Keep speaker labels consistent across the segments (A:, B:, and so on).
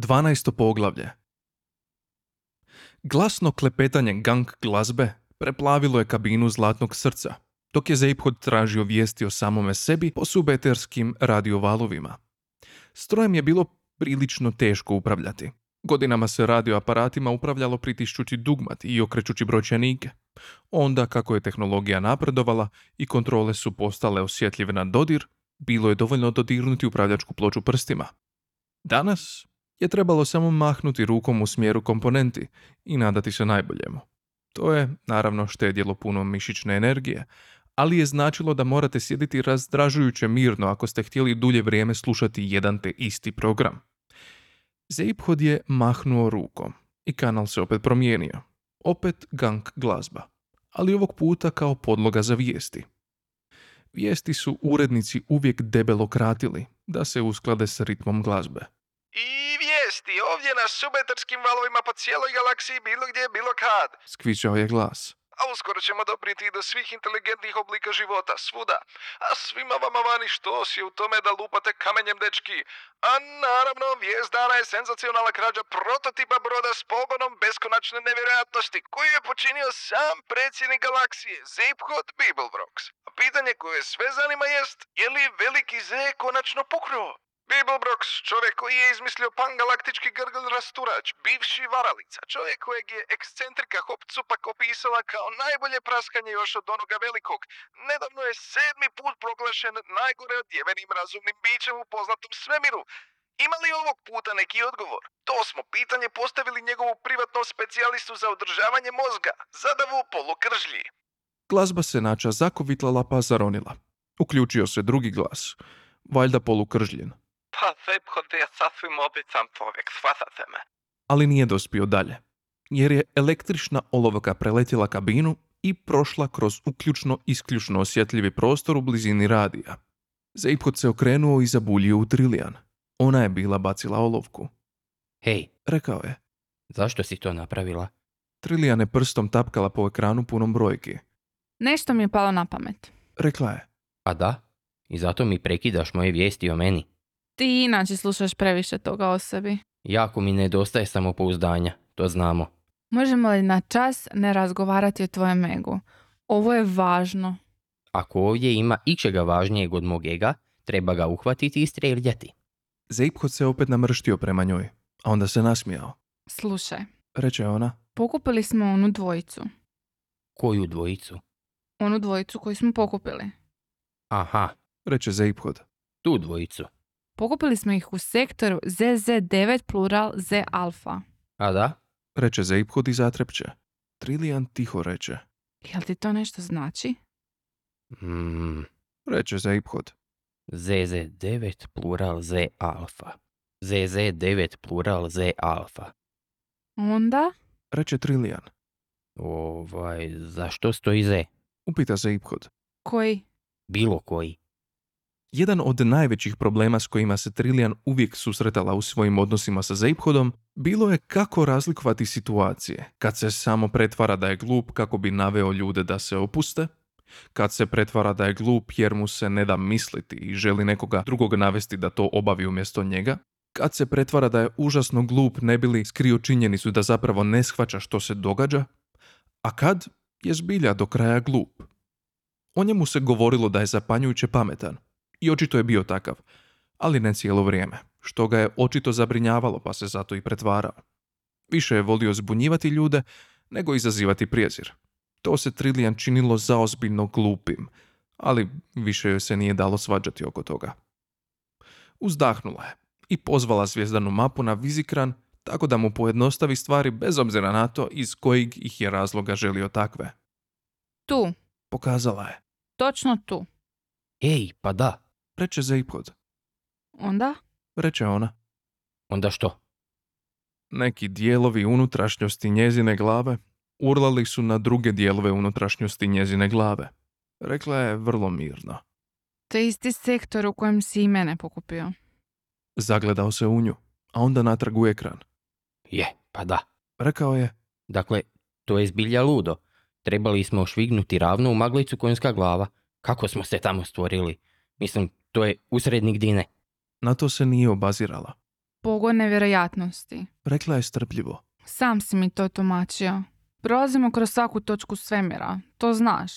A: 12. poglavlje Glasno klepetanje gang glazbe preplavilo je kabinu Zlatnog srca, dok je Zeiphod tražio vijesti o samome sebi po subeterskim radiovalovima. Strojem je bilo prilično teško upravljati. Godinama se radioaparatima upravljalo pritišćući dugmat i okrećući brojčanike. Onda, kako je tehnologija napredovala i kontrole su postale osjetljive na dodir, bilo je dovoljno dodirnuti upravljačku ploču prstima. Danas, je trebalo samo mahnuti rukom u smjeru komponenti i nadati se najboljemu. To je, naravno, štedjelo puno mišićne energije, ali je značilo da morate sjediti razdražujuće mirno ako ste htjeli dulje vrijeme slušati jedan te isti program. Zeiphod je mahnuo rukom i kanal se opet promijenio. Opet gang glazba, ali ovog puta kao podloga za vijesti. Vijesti su urednici uvijek debelo kratili da se usklade s ritmom glazbe.
B: I vijesti ovdje na subetarskim valovima po cijeloj galaksiji bilo gdje, bilo kad.
A: Skvičao je glas.
B: A uskoro ćemo doprijeti i do svih inteligentnih oblika života, svuda. A svima vama vani štos je u tome da lupate kamenjem dečki. A naravno, vijest dana je senzacionalna krađa prototipa broda s pogonom beskonačne nevjerojatnosti, koju je počinio sam predsjednik galaksije, Zeiphod Bibelbrox. A pitanje koje sve zanima jest, je li veliki Z konačno puknuo? Bibelbrox, čovjek koji je izmislio pangalaktički grgl rasturač, bivši varalica, čovjek kojeg je ekscentrika Hop Cupak opisala kao najbolje praskanje još od onoga velikog, nedavno je sedmi put proglašen najgore odjevenim razumnim bićem u poznatom svemiru. Ima li ovog puta neki odgovor? To smo pitanje postavili njegovu privatnom specijalistu za održavanje mozga, Zadavu Polukržlji.
A: Glazba se nača zakovitlala pa zaronila. Uključio se drugi glas, valjda polukržljen,
B: Pa Zeiphod je sasvim običan čovjek, shvatate me.
A: ali nije dospio dalje, jer je električna olovka preletjela kabinu i prošla kroz uključno-isključno osjetljivi prostor u blizini radija. Zeiphod se okrenuo i zabuljio u trilijan. Ona je bila bacila olovku.
C: Hej,
A: Rekao je.
C: zašto si to napravila?
A: Trilijan je prstom tapkala po ekranu punom brojki.
D: Nešto mi je palo na pamet.
A: Rekla je.
C: A da, i zato mi prekidaš moje vijesti o meni.
D: Ti inače slušaš previše toga o sebi.
C: Jako mi nedostaje samopouzdanja, to znamo.
D: Možemo li na čas ne razgovarati o tvojem egu? Ovo je važno.
C: Ako ovdje ima ičega važnijeg od mog ega, treba ga uhvatiti i streljati.
A: Zeiphod se opet namrštio prema njoj, a onda se nasmijao.
D: Slušaj,
A: Reče ona.
D: pokupili smo onu dvojicu.
C: Koju dvojicu?
D: Onu dvojicu koju smo pokupili.
C: Aha,
A: Reče Zeiphod.
C: tu dvojicu.
D: Pokupili smo ih u sektoru ZZ9 plural Z alfa.
C: A da,
A: Reče Zeiphod i zatrepće. Trilijan tiho reče.
D: Jel ti to nešto znači?
C: mm,
A: Reče Zeiphod.
C: ZZ9 plural Z alfa. ZZ9 plural Z alfa.
D: Onda?
A: Reče Trilijan.
C: Ovaj, zašto stoji Z?
A: Upita Zeiphod.
D: Koji?
C: Bilo koji.
A: Jedan od najvećih problema s kojima se Trilijan uvijek susretala u svojim odnosima sa Zeiphodom bilo je kako razlikovati situacije kad se samo pretvara da je glup kako bi naveo ljude da se opuste, kad se pretvara da je glup jer mu se ne da misliti i želi nekoga drugog navesti da to obavi umjesto njega, kad se pretvara da je užasno glup ne bili skrio činjenicu da zapravo ne shvaća što se događa, a kad je zbilja do kraja glup. O njemu se govorilo da je zapanjujuće pametan, i očito je bio takav, ali ne cijelo vrijeme, što ga je očito zabrinjavalo pa se zato i pretvarao. Više je volio zbunjivati ljude nego izazivati prijezir. To se Trilijan činilo zaozbiljno glupim, ali više joj se nije dalo svađati oko toga. Uzdahnula je i pozvala zvijezdanu mapu na vizikran tako da mu pojednostavi stvari bez obzira na to iz kojeg ih je razloga želio takve.
D: Tu.
A: Pokazala je.
D: Točno tu.
C: Ej, pa da.
A: Reče Zeiphod.
D: Onda?
A: Reče ona.
C: Onda što?
A: Neki dijelovi unutrašnjosti njezine glave urlali su na druge dijelove unutrašnjosti njezine glave. Rekla je vrlo mirno.
D: To je isti sektor u kojem si i mene pokupio.
A: Zagledao se u nju, a onda natrag u ekran.
C: Je, pa da.
A: Rekao je,
C: Dakle, to je zbilja ludo. Trebali smo švignuti ravno u maglicu konjska glava. Kako smo se tamo stvorili? Mislim, to je usred nigdine.
A: na to se nije obazirala.
D: pogon nevjerojatnosti.
A: Rekla je strpljivo.
D: Sam si mi to tumačio. Prolazimo kroz svaku točku svemira, to znaš.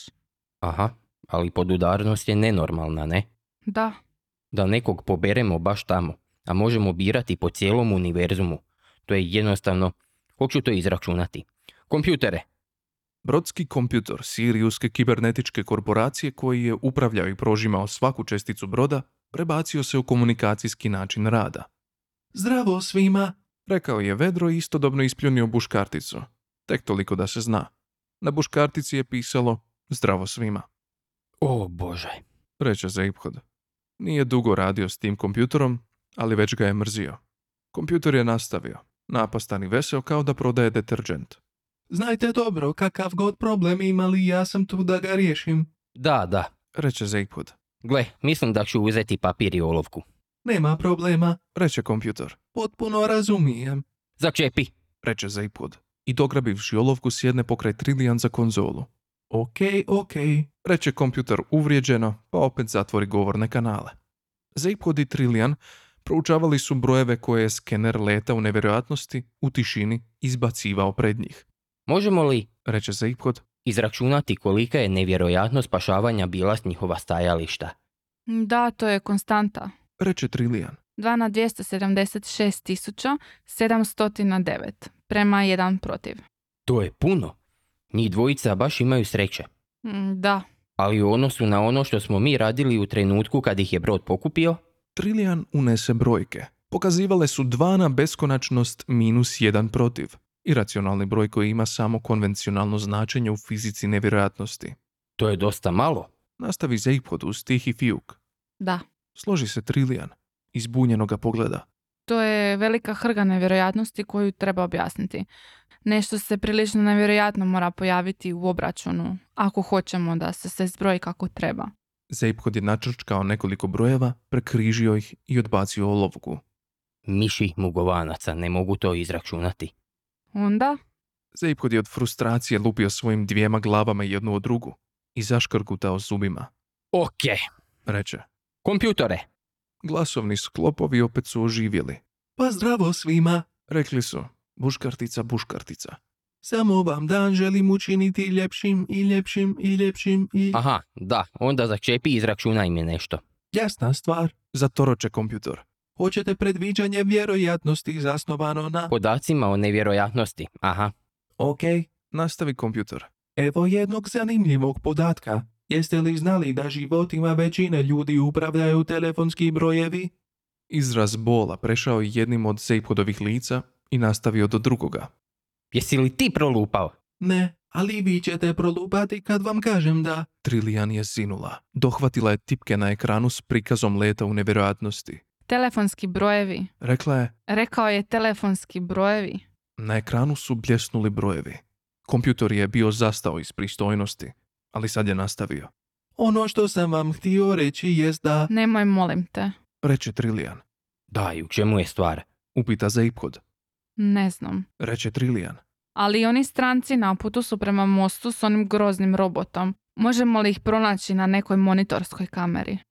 C: Aha, ali podudarnost je nenormalna, ne?
D: Da,
C: Da nekog poberemo baš tamo, a možemo birati po cijelom univerzumu. To je jednostavno, hoću to izračunati. Kompjutere,
A: Brodski kompjutor Sirijske kibernetičke korporacije koji je upravljao i prožimao svaku česticu broda, prebacio se u komunikacijski način rada. Zdravo svima, rekao je vedro i istodobno ispljunio buškarticu. Tek toliko da se zna. Na buškartici je pisalo Zdravo svima,
C: o bože.
A: reče za Nije dugo radio s tim kompjutorom, ali već ga je mrzio. Kompjutor je nastavio, napastan i veseo kao da prodaje deterđent.
E: Znajte dobro, kakav god problem imali, ja sam tu da ga riješim.
C: Da, da,
A: Reče Zeiphod.
C: gle, mislim da ću uzeti papir i olovku.
E: Nema problema,
A: Reče kompjutor.
E: potpuno razumijem.
C: Začepi,
A: reče Zeipod. I dograbivši olovku sjedne pokraj Trilijan za konzolu.
E: Okej, okej.
A: Reče kompjuter uvrijeđeno, pa opet zatvori govorne kanale. Zeipod i Trilijan proučavali su brojeve koje je skener leta u nevjerojatnosti, u tišini, izbacivao pred njih.
C: možemo li
A: Reče Zeipod,
C: izračunati kolika je nevjerojatno spašavanja bila s njihova stajališta?
D: da, to je konstanta.
A: reče Trilijan.
D: 2 na 276 709 prema 1 protiv.
C: To je puno. Njih dvojica baš imaju sreće.
D: Mm, Da,
C: Ali u odnosu na ono što smo mi radili u trenutku kad ih je brod pokupio,
A: Trilijan unese brojke. Pokazivale su 2 na beskonačnost minus 1 protiv. Iracionalni broj koji ima samo konvencionalno značenje u fizici nevjerojatnosti.
C: to je dosta malo.
A: Nastavi Zeiphod uz tihi fijuk.
D: da.
A: Složi se Trilijan. Izbunjeno ga pogleda.
D: To je velika hrga nevjerojatnosti koju treba objasniti. Nešto se prilično nevjerojatno mora pojaviti u obračunu, ako hoćemo da se sve zbroji kako treba.
A: Zeiphod je načrčkao nekoliko brojeva, prekrižio ih i odbacio olovku.
C: Miši mugovanaca ne mogu to izračunati.
D: Onda,
A: Zeiphod je od frustracije lupio svojim dvijema glavama jednu od drugu i zaškrgutao zubima.
C: Ok,
A: Reče.
C: kompjutore,
A: Glasovni sklopovi opet su oživjeli.
E: Pa zdravo svima,
A: Rekli su, buškartica, buškartica.
E: samo vam dan želim učiniti ljepšim i ljepšim i ljepšim i...
C: aha, da, onda začepi i izračunaj mi nešto.
E: Jasna stvar,
A: Zatoroče kompjutor.
E: hoćete predviđanje vjerojatnosti zasnovano na...
C: Podacima o nevjerojatnosti, aha,
E: Okej,
A: Nastavi kompjutor.
E: evo jednog zanimljivog podatka. Jeste li znali da životima većine ljudi upravljaju telefonski brojevi?
A: Izraz bola prešao je jednim od Zeiphodovih lica i nastavio do drugoga.
C: jesi li ti prolupao?
E: Ne, ali vi ćete prolupati kad vam kažem da.
A: Trilijan je sinula. Dohvatila je tipke na ekranu s prikazom leta u nevjerojatnosti.
D: telefonski brojevi.
A: Rekla je,
D: Rekao je telefonski brojevi.
A: na ekranu su bljesnuli brojevi. Kompjutor je bio zastao iz pristojnosti, ali sad je nastavio.
E: Ono što sam vam htio reći jest da...
D: Nemoj, molim te.
A: Reče Trilijan.
C: Daj, u čemu je stvar?
A: Upita Zeiphod.
D: Ne znam.
A: Reče Trilijan.
D: Ali oni stranci na putu su prema mostu s onim groznim robotom. Možemo li ih pronaći na nekoj monitorskoj kameri?